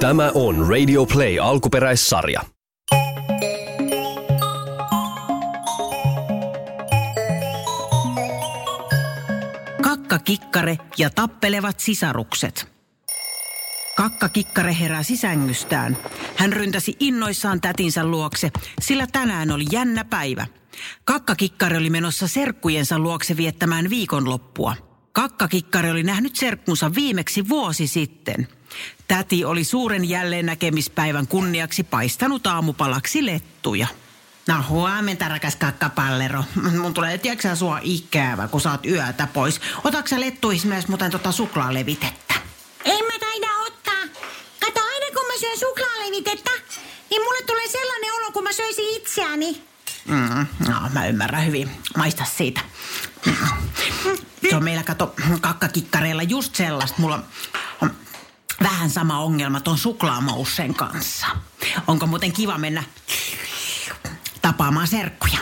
Tämä on Radio Play alkuperäissarja. Kakka Kikkare ja tappelevat sisarukset. Kakka Kikkare herää sisängystään. Hän ryntäsi innoissaan tätinsä luokse, sillä tänään oli jännä päivä. Kakka Kikkare oli menossa serkkujensa luokse viettämään viikonloppua. Kakka Kikkare oli nähnyt serkkunsa viimeksi vuosi sitten. Täti oli suuren jälleen näkemispäivän kunniaksi paistanut aamupalaksi lettuja. No huomenta, rakas kakkapallero. Mun tulee, tiedätkö sä, sua ikävä, kun saat yötä pois. Otatko sä lettuihin myös muuten tota suklaalevitettä? En mä taida ottaa. Kato, aina kun mä syön suklaalevitettä, niin mulle tulee sellainen olo, kun mä söisin itseäni. Mm, no, mä ymmärrän hyvin. Maista siitä. Se on meillä, kato, kakkakikkareilla just sellaista. Mulla on vähän sama ongelma ton suklaamoussen kanssa. Onko muuten kiva mennä tapaamaan serkkuja?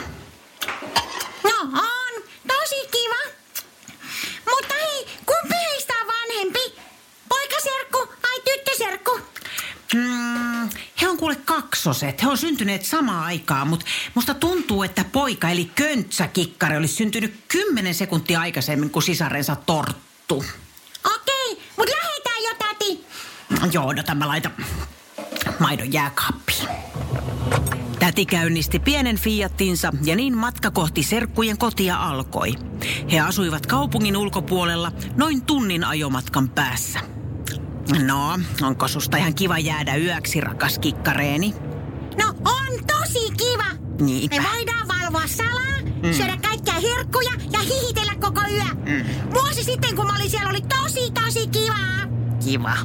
No on, tosi kiva. Mutta hei, kumpi heistä on vanhempi? Poikaserkku vai tyttöserkku? Mm, he on kuule kaksoset. He on syntyneet samaan aikaan, mutta musta tuntuu, että poika eli köntsäkikkari olisi syntynyt kymmenen sekuntia aikaisemmin kuin sisarensa torttu. Okei, mut lähetään jo, täti. Joo, odota, mä laitan maidon jääkaappiin. Täti käynnisti pienen fiattinsa ja niin matka kohti serkkujen kotia alkoi. He asuivat kaupungin ulkopuolella noin tunnin ajomatkan päässä. No, onko susta ihan kiva jäädä yöksi, rakas kikkareeni? No on tosi kiva. Niinpä. Me voidaan valvoa salaa, mm. syödä kaikkia herkkuja ja hihitellä koko yö. Mm. Vuosi sitten, kun mä olin siellä, oli tosi, tosi kivaa. Kiva.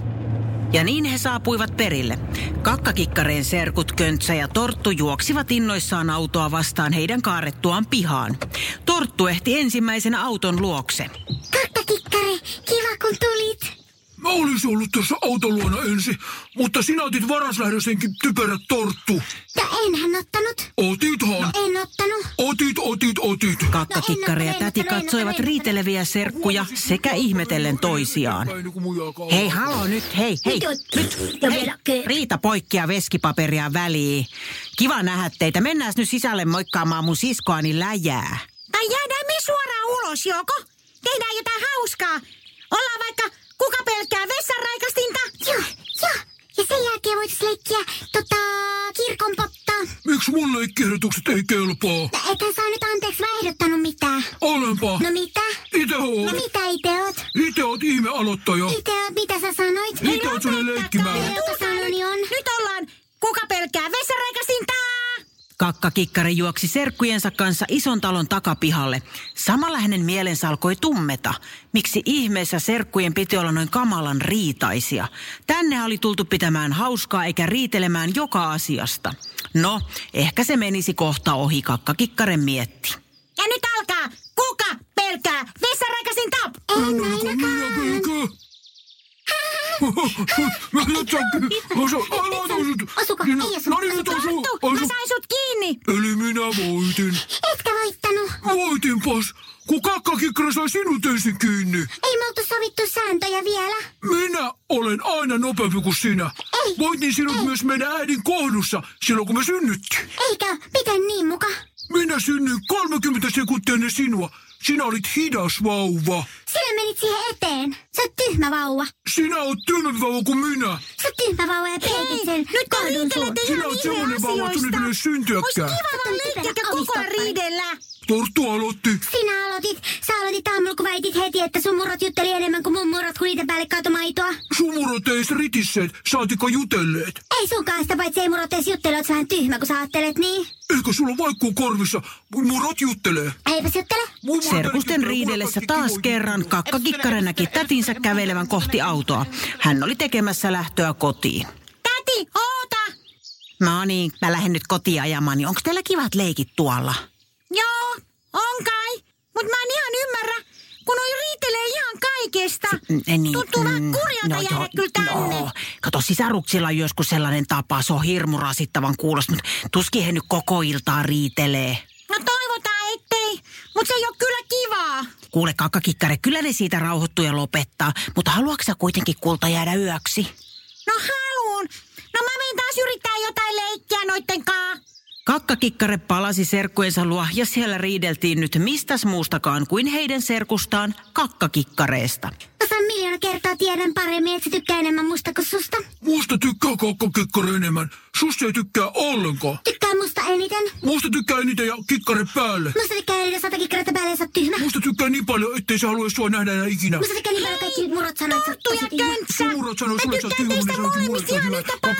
Ja niin he saapuivat perille. Kakkakikkareen serkut Köntsä ja Torttu juoksivat innoissaan autoa vastaan heidän kaarettuaan pihaan. Torttu ehti ensimmäisenä auton luokse. Kakkakikkari, kiva kun tulit. Mä olisin ollut tuossa autoluona ensin, mutta sinä otit varaslähdösenkin typerä torttu. No enhän ottanut. Otithan. En ottanut. Otit, otit, otit. Kakkakikkari ja täti katsoivat riiteleviä serkkuja sekä ihmetellen toisiaan. Päin, kun mun jalka on. Hei, halo nyt, hei, hei. Nyt. Ja vielä Hei, Riita poikkia veskipaperia väliin. Kiva nähdä teitä. Mennään nyt sisälle moikkaamaan mun siskoani läjää. Tai jäädään me suoraan ulos, joko? Tehdään jotain hauskaa. Ollaan vaikka kuka pelkää vessanraikastinta. Joo, joo. Ja sen jälkeen voitaisiin leikkiä tota, kirkon pottaa. Miksi mun leikkiehdotukset ei kelpaa? No, ethän saa nyt anteeksi, mä ehdottanut mitään. Olenpa. No mitä? Ite No oot. mitä ite oot? Ite oot ihme aloittaja. No. Ite oot, mitä sä sanoit? Ite oot sellainen leikkimään. Mitä sanoni niin on? Nyt ollaan, kuka pelkää vessanraikastinta? Kakkakikkari juoksi serkkujensa kanssa ison talon takapihalle. Samalla hänen mielensä alkoi tummeta. Miksi ihmeessä serkkujen piti olla noin kamalan riitaisia? Tänne oli tultu pitämään hauskaa eikä riitelemään joka asiasta. No, ehkä se menisi kohta ohi, kakkakikkaren mietti. Ja nyt alkaa, kuka pelkää vessanraikastinta? En Minä pelkää. Mä jatsankin. Osa, aloita osut. Osuko? Minä- Ei osu. No niin, nyt osu. Torttu, mä Osu. sain sut kiinni. Eli minä voitin. Etkä voittanut. Voitinpas, kun kakkakikkara sai sinut ensin kiinni. Ei me oltu sovittu sääntöjä vielä. Minä olen aina nopeampi kuin sinä. Ei. Voitin sinut myös meidän äidin kohdussa silloin, kun me synnyttiin. Eikä, miten niin muka? Minä synnyin 30 sekuntia ennen sinua. Sinä olit hidas vauva. Sinä menit siihen eteen. Sä oot tyhmä vauva. Sinä oot tyhmempi vauva kuin minä. Sä oot tyhmä vauva ja peitit sen nyt te kohdun suun. riitelette Sinä oot semmoinen vauva, että nyt ei syntyäkään. vaan leikkiä koko ajan riidellä. Torttu aloitti. Sinä aloitit, sä aloitit aamulla, kun väitit heti, että sun murrot jutteli enemmän kuin mun murrot, kun niiden päälle kaatoi maitoa. Sumurot eis ritisseet, saatika jutelleet. Ei sunkaan sitä, paitsi ei murrot edes juttele, oot sä vähän tyhmä, kun sä ajattelet niin. Eikö sulla vaikkuu korvissa? Murot juttelee. Eipä se juttele. Mummo Serkusten riidellessä taas kerran kakkakikkara näki tätinsä kävelevän kohti autoa. Hän oli tekemässä lähtöä kotiin. Täti, oota! No niin, mä lähden nyt kotiin ajamaan, niin onko teillä kivat leikit tuolla? Joo, on kai. Mut mä en ihan ymmärrä, kun noi riitelee ihan kaikesta. En Mm. Tuntuu vähän kurjalta jäädä kyllä tänne. No, kato, sisaruksilla on joskus sellainen tapa, se on hirmu rasittavan kuulosta, mutta tuskin he nyt koko iltaa riitelee. No toivotaan ettei, mut se ei oo kyllä kivaa. Kuule kakkakikkare, kyllä ne siitä rauhoittuu ja lopettaa, mutta haluatko sä kuitenkin kulta jäädä yöksi? No haluun, Kakkakikkare palasi serkkuensa luo ja siellä riideltiin nyt mistäs muustakaan kuin heidän serkustaan kakkakikkareesta. Mä miljoona kertaa tiedän paremmin, että se tykkää enemmän musta kuin susta. Musta tykkää Kakko Kikkari enemmän. Susta ei tykkää ollenkaan. Tykkää musta eniten. Musta tykkää eniten ja kikkare päälle. Musta tykkää eniten sata kikkaretta päälle ja sä oot tyhmä. Musta tykkää niin paljon, ettei se haluaisi sua nähdä enää ikinä. Musta tykkää niin paljon kaikki murot sanat. Tuttu ja köntsä. Suurot sanoo Mä sulle, että sä oot tykkään tyhmä, teistä molemmista niin sanoit, että ihan mulle yhtä sä oot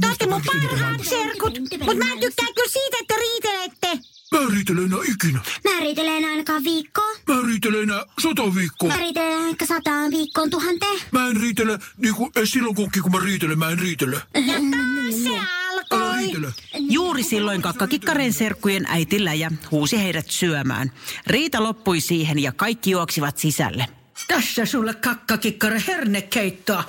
paljon. Kaikki tykkää Te olette mun musta, kaikki tykkää parhaat musta. serkut, mutta mä tykkään kyllä siitä, että riitelette. Mä en riitele enää ikinä. Mä riitelen ainakaan viikkoa. Mä en riitele enää sata viikkoa. Mä riitelen ainakaan sataan viikkoon tuhanteen. Mä en riitele, niinku edes silloin kun kun mä riitelen, mä en riitele. Se No. Älä alkoi. riitele. Juuri silloin kakkakikkaren serkkujen äiti läjä huusi heidät syömään. Riita loppui siihen ja kaikki juoksivat sisälle. Tässä sulle kakkakikkare hernekeittoa.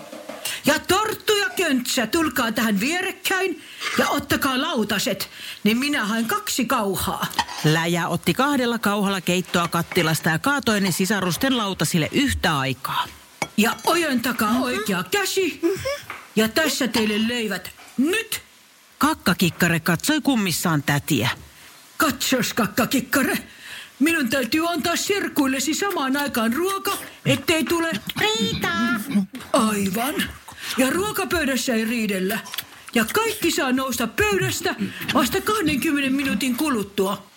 Ja torttu ja köntsä, tulkaa tähän vierekkäin ja ottakaa lautaset, niin minä haen kaksi kauhaa. Läjä otti kahdella kauhalla keittoa kattilasta ja kaatoi ne sisarusten lautasille yhtä aikaa. Ja ojen takaa oikea käsi. Ja tässä teille leivät. Nyt! Kakkakikkare katsoi kummissaan tätiä. Katsos, kakkakikkare. Minun täytyy antaa serkuillesi samaan aikaan ruoka, ettei tule... Riita. Aivan. Ja ruokapöydässä ei riidellä. Ja kaikki saa nousta pöydästä vasta 20 minuutin kuluttua.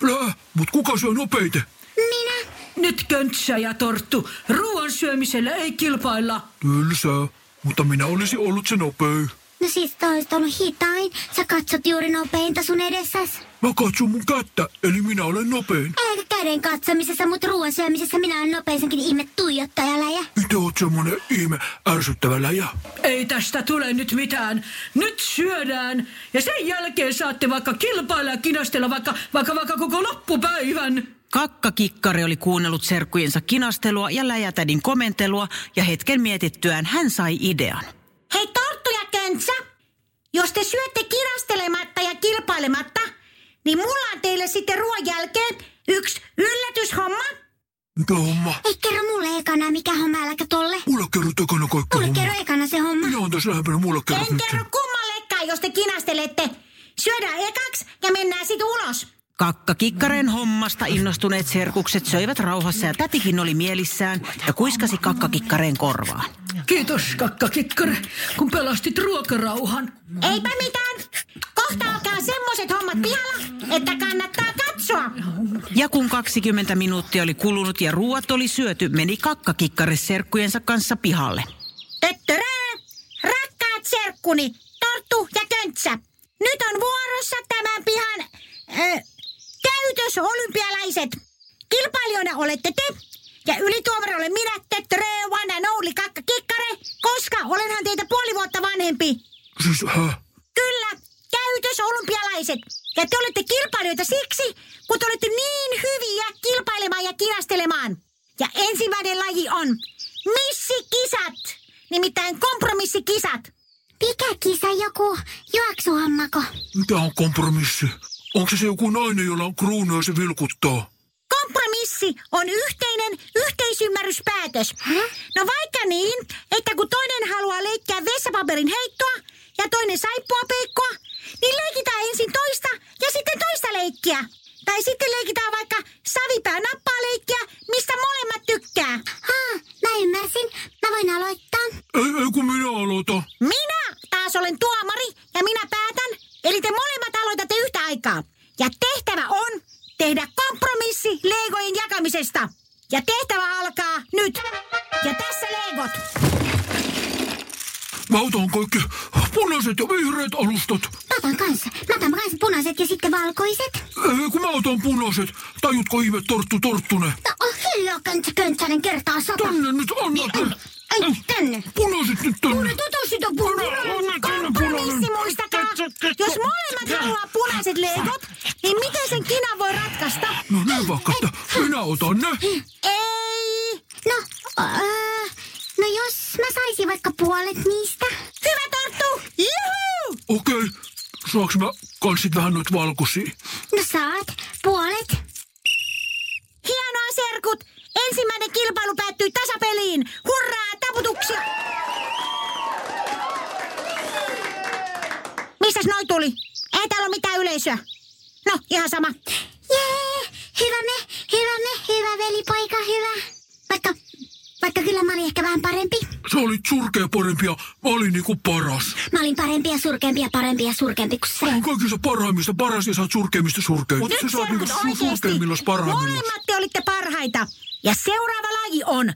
Lää, mut kuka syö nopeite? Minä? Nyt köntsä ja torttu. Ruoan syömisellä ei kilpailla. Tylsää, mutta minä olisi ollut se nopei. No siis toista on hitain. Sä katsot juuri nopeinta sun edessäs. Mä katson mun kättä, eli minä olen nopein. Eikä käden katsomisessa, mutta ruoan syömisessä minä olen nopeisenkin ihme tuijottajalla ja... Itse oot semmonen ihme ärsyttävä läjä. Ei tästä tule nyt mitään. Nyt syödään ja sen jälkeen saatte vaikka kilpailla ja kinastella vaikka, vaikka, vaikka koko loppupäivän. Kakkakikkari oli kuunnellut serkkujensa kinastelua ja läjätädin komentelua ja hetken mietittyään hän sai idean. Hei torttu ja köntsä. Jos te syötte kirastelematta ja kilpailematta, niin mulla on teille sitten ruoan jälkeen yksi yllätyshomma. Mikä homma? Ei kerro mulle ekana, mikä homma, äläkä tolle. Mulla kerro takana kaikki Mulle homma. kerro ekana se homma. Minä oon tässä lähempänä, mulla kerro En nyt kerro sen. kummallekaan, jos te kinastelette. Syödään ekaksi ja mennään sitten ulos. Kakkakikkaren hommasta innostuneet serkukset söivät rauhassa ja tätikin oli mielissään ja kuiskasi kakkakikkareen korvaan. Kiitos, kakkakikkare, kun pelastit ruokarauhan. Eipä mitään. Kohta alkaa semmoset hommat pihalla, että kannattaa katsoa. Ja kun 20 minuuttia oli kulunut ja ruuat oli syöty, meni kakkakikkare serkkujensa kanssa pihalle. Töttörää! Rakkaat serkkuni, Torttu ja Köntsä. Nyt on vuorossa tämän pihan äh, täytösolympialaiset. Kilpailijoina olette te ja ylituomari olen minä, Töttörää, one and only kakka kikkare, koska olenhan teitä puoli vuotta vanhempi. Siis hä? Kyllä, täytösolympialaiset. Ja te olette kilpailijoita siksi, kun te olette niin hyviä kilpailemaan ja kirastelemaan. Ja ensimmäinen laji on missikisat, nimittäin kompromissikisat. Mikä kisa joku juoksuhommako? Mikä on kompromissi? Onko se joku nainen, jolla on kruunu ja se vilkuttaa? Kompromissi on yhteinen yhteisymmärryspäätös. No vaikka niin, että kun toinen haluaa leikkiä vessapaperin heittoa ja toinen saippua peikkoa, niin leikitään ensin toista ja sitten toista leikkiä. Tai sitten leikitään vaikka savipää nappaa leikkiä, mistä molemmat tykkää. Ah, mä ymmärsin. Mä voin aloittaa. Ei, ei kun minä aloitan. Minä taas olen tuomari ja minä päätän, eli te molemmat aloitatte yhtä aikaa. Ja tehtävä on tehdä kompromissi legojen jakamisesta. Ja tehtävä alkaa nyt. Ja tässä legot. Mä otan kaikki punaiset ja vihreät alustat. Mä otan kanssa. Mä otan kanssa punaiset ja sitten valkoiset. Ei, kun mä otan punaiset. Tajutko ihme torttu torttune? No oh, hiljaa, köntsä, köntsänen kertaa sata. Tänne nyt anna. Ai, tänne. Punaiset nyt tänne. Tutusit on punainen. Kompromissi muistakaa. Jos molemmat haluaa punaiset legot, niin miten sen kinan voi ratkaista? No niin vaikka, että minä otan ne. Ei. No, äh, no jos mä saisin vaikka puolet niistä. Hyvä torttu. Juhu! Okei, saaks mä kans sit vähän noit valkoisia? No saat puolet. Hienoa serkut. Ensimmäinen kilpailu päättyy tasapeliin. Hurraa, taputuksia. Mistäs noi tuli? Ei täällä ole mitään yleisöä. No, ihan sama. Jee, hyvä me, hyvä me, hyvä velipoika, hyvä. Vaikka, vaikka kyllä mä olin ehkä vähän parempi. Se oli surkea parempi ja mä olin niinku paras. Mä olin parempi ja surkeampi ja parempi ja surkeampi kuin Mä sä. oon kaikista parhaimmista paras ja sä oot surkeimmista surkein. Nyt Sä saat niinku serkut su- oikeesti. surkeimmillas parhaimmillas. Molemmat te olitte parhaita. Ja seuraava laji on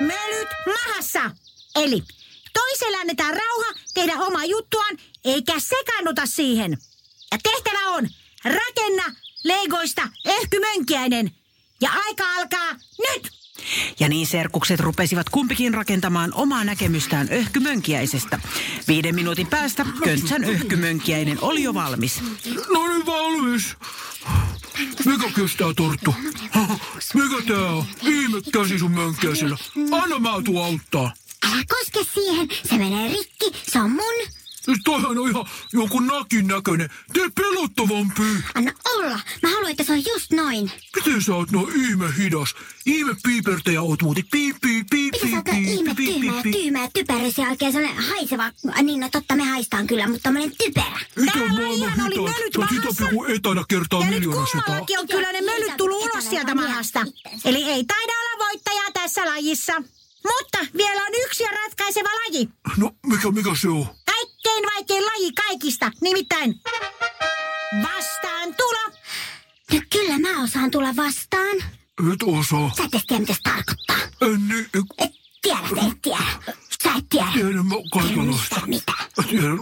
mölyt mahassa. Eli toiselle annetaan rauha tehdä omaa juttuaan, eikä sekaannuta siihen. Ja tehtävä on rakenna legoista ehkymönkiäinen. Ja aika alkaa nyt! Ja niin serkukset rupesivat kumpikin rakentamaan omaa näkemystään öhkymönkiäisestä. Viiden minuutin päästä köntsän öhkymönkiäinen oli jo valmis. No niin valmis. Mikä kestää torttu? Mikä tää on? Viime käsi sun mönkäisellä. Anna mä tuu auttaa. Älä koske siihen, se menee rikki, se on mun. Toihan on ihan joku nakin näköinen. Tee pelottavampi. Anna olla, mä haluan, että se on just noin. Miten sä oot no ihme hidas? Ihme piipertäjä oot muuten. Piip, piip, piip, Miten sä piip, oot piip, ihme piip, piip, tyhmä ja piip. tyhmä ja typerys ja oikein sellainen haiseva... Niin, no totta, me haistaan kyllä, mutta mä olen typerä. Mitä Täällä maailman ihan oli hidas? mölyt No sitä mahassa. joku etänä kertaa Ja nyt miljoona sataa. kummallakin on kyllä ne mölyt tullut ulos sieltä mahasta. Eli ei taida olla voittajaa tässä lajissa. Mutta vielä on yksi ja ratkaiseva laji. No mikä, mikä se on? Kaikkein vaikein laji kaikista, nimittäin vastaan tulo. No kyllä mä osaan tulla vastaan. Et osaa. Sä et edes tiedä, mitä se tarkoittaa. En niin, en Et tiedä, sä et tiedä. Sä et tiedä. tiedä mä Tiedä kaikenlaista. mistään mitään. Tiedän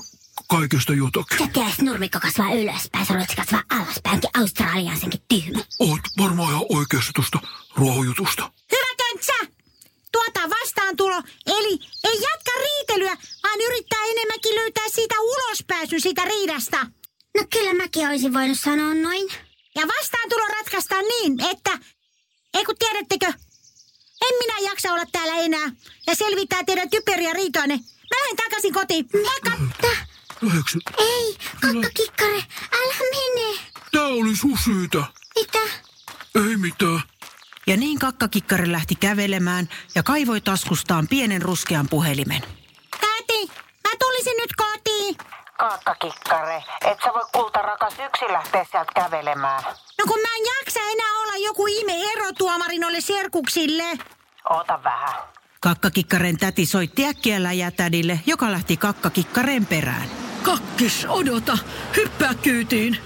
kaikesta jotakin. Sä et tiedä, että nurmikko kasvaa ylöspäin, sä luulet, että se kasvaa alaspäin, onkin Australian senkin tyhmä. Oot varmaan ihan oikeassa tuosta ruohojutusta. Hyvä köntsä! Tuota vastaan tulo, eli ei jatka riitelyä, vaan yrittää enemmänkin löytää siitä ulospääsy siitä riidasta. No kyllä mäkin olisin voinut sanoa noin. Ja vastaantulo ratkaistaan niin, että... Ei kun tiedättekö, en minä jaksa olla täällä enää ja selvittää teidän typeriä riitoanne. Mä lähden takaisin kotiin. Moikka! Täh, Läheksä? ei, kakkakikkare, älä mene. Tää oli sun syytä. Mitä? Ei mitään. Ja niin kakkakikkari lähti kävelemään ja kaivoi taskustaan pienen ruskean puhelimen. Täti, mä tulisin nyt kotiin. Kaakkakikkare, et sä voi kultarakas yksin lähteä sieltä kävelemään. No kun mä en jaksa enää olla joku ihme erotuomari noille serkuksille. Oota vähän. Kakkakikkaren täti soitti äkkiä läjätädille, joka lähti kakkakikkaren perään. Kakkis, odota, hyppää kyytiin.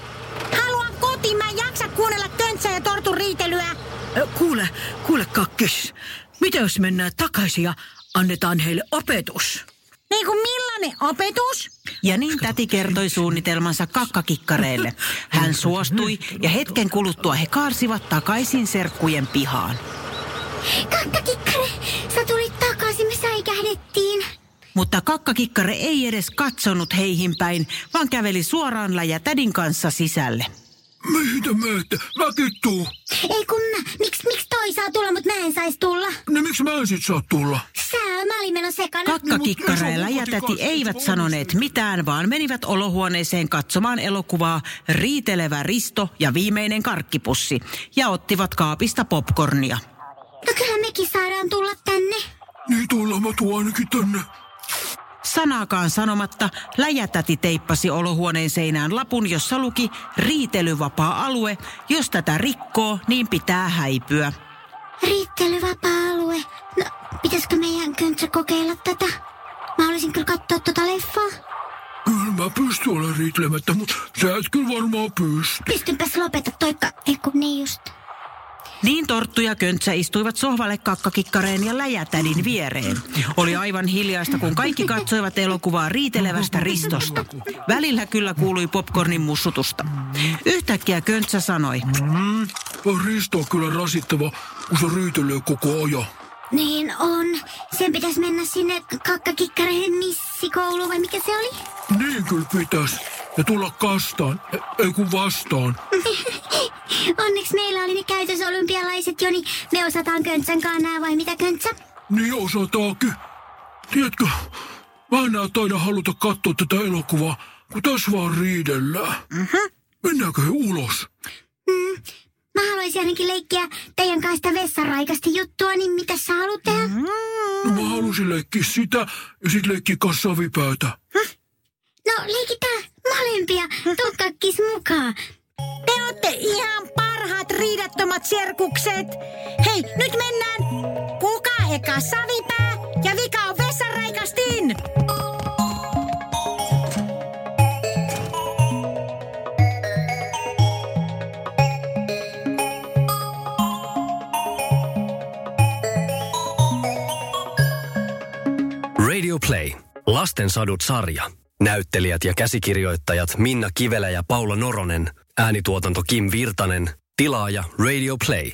Haluan kotiin, mä en jaksa kuunnella köntsää ja tortun riitelyä. Ö, Kuule, kuule kakkis. Mitä jos mennään takaisin ja annetaan heille opetus? Niin kuin millainen opetus? Ja niin täti kertoi suunnitelmansa kakkakikkareille. Hän suostui ja hetken kuluttua he kaarsivat takaisin serkkujen pihaan. Kakkakikkare, sä tulit takaisin, me säikähdettiin. Mutta kakkakikkare ei edes katsonut heihin päin, vaan käveli suoraan läjätädin kanssa sisälle. Mihin te menette? Mäkin tuu. Ei kun mä, miksi miks toi saa tulla, mut mä en sais tulla. Niin miksi mä en sit saa tulla? Sä, mä olin menon sekana. Kakkakikkare ja läjätäti eivät sanoneet mitään, vaan menivät olohuoneeseen katsomaan elokuvaa Riitelevä Risto ja viimeinen karkkipussi ja ottivat kaapista popcornia. No kyllä mekin saadaan tulla tänne. Niin tulla mä tuun ainakin tänne. Sanaakaan sanomatta, läjätäti teippasi olohuoneen seinään lapun, jossa luki riitelyvapaa-alue. Jos tätä rikkoo, niin pitää häipyä. Riittelyvapaa-alue. No, pitäisikö meidän köntsä kokeilla tätä? Mä olisin kyllä katsoa tota leffaa. Kyllä mä pystyn olemaan riitelemättä, mutta sä et kyllä varmaan pysty. Pystynpäs lopeta toikka. Ei kun niin just. Niin Torttu ja Köntsä istuivat sohvalle kakkakikkareen ja läjätädin viereen. Oli aivan hiljaista, kun kaikki katsoivat elokuvaa riitelevästä Ristosta. Välillä kyllä kuului popcornin mussutusta. Yhtäkkiä Köntsä sanoi, On Risto on kyllä rasittava, kun se riitelee koko ajan. Niin on. Sen pitäisi mennä sinne kakkakikkareen missikouluun vai mikä se oli? Niin kyllä pitäis. Ja tulla kastaan, E- ei kun vastaan. Onneksi meillä oli ne käytössä olympialaiset jo, niin me osataan köntsän kanaa vai mitä köntsä? Niin osataankin. Tiedätkö, mä enää taida haluta katsoa tätä elokuvaa, kun tässä vaan riidellään. Mm-hmm. Mennäänkö he ulos? Mä haluaisin ainakin leikkiä teidän kanssa sitä vessaraikasti juttua, niin mitä sä haluat tehdä? No mä halusin leikkiä sitä ja sit leikkiä kanssa savipäätä. No leikitään. Mä molempia tukkakkis mukaan. Te olette ihan parhaat riidattomat serkukset. Hei, nyt mennään. Kuka eka savipää ja vika on vessaraikastin. Radio Play. Lastensadut sarja. Näyttelijät ja käsikirjoittajat Minna Kivelä ja Paula Noronen. Äänituotanto Kim Virtanen. Tilaaja Radio Play.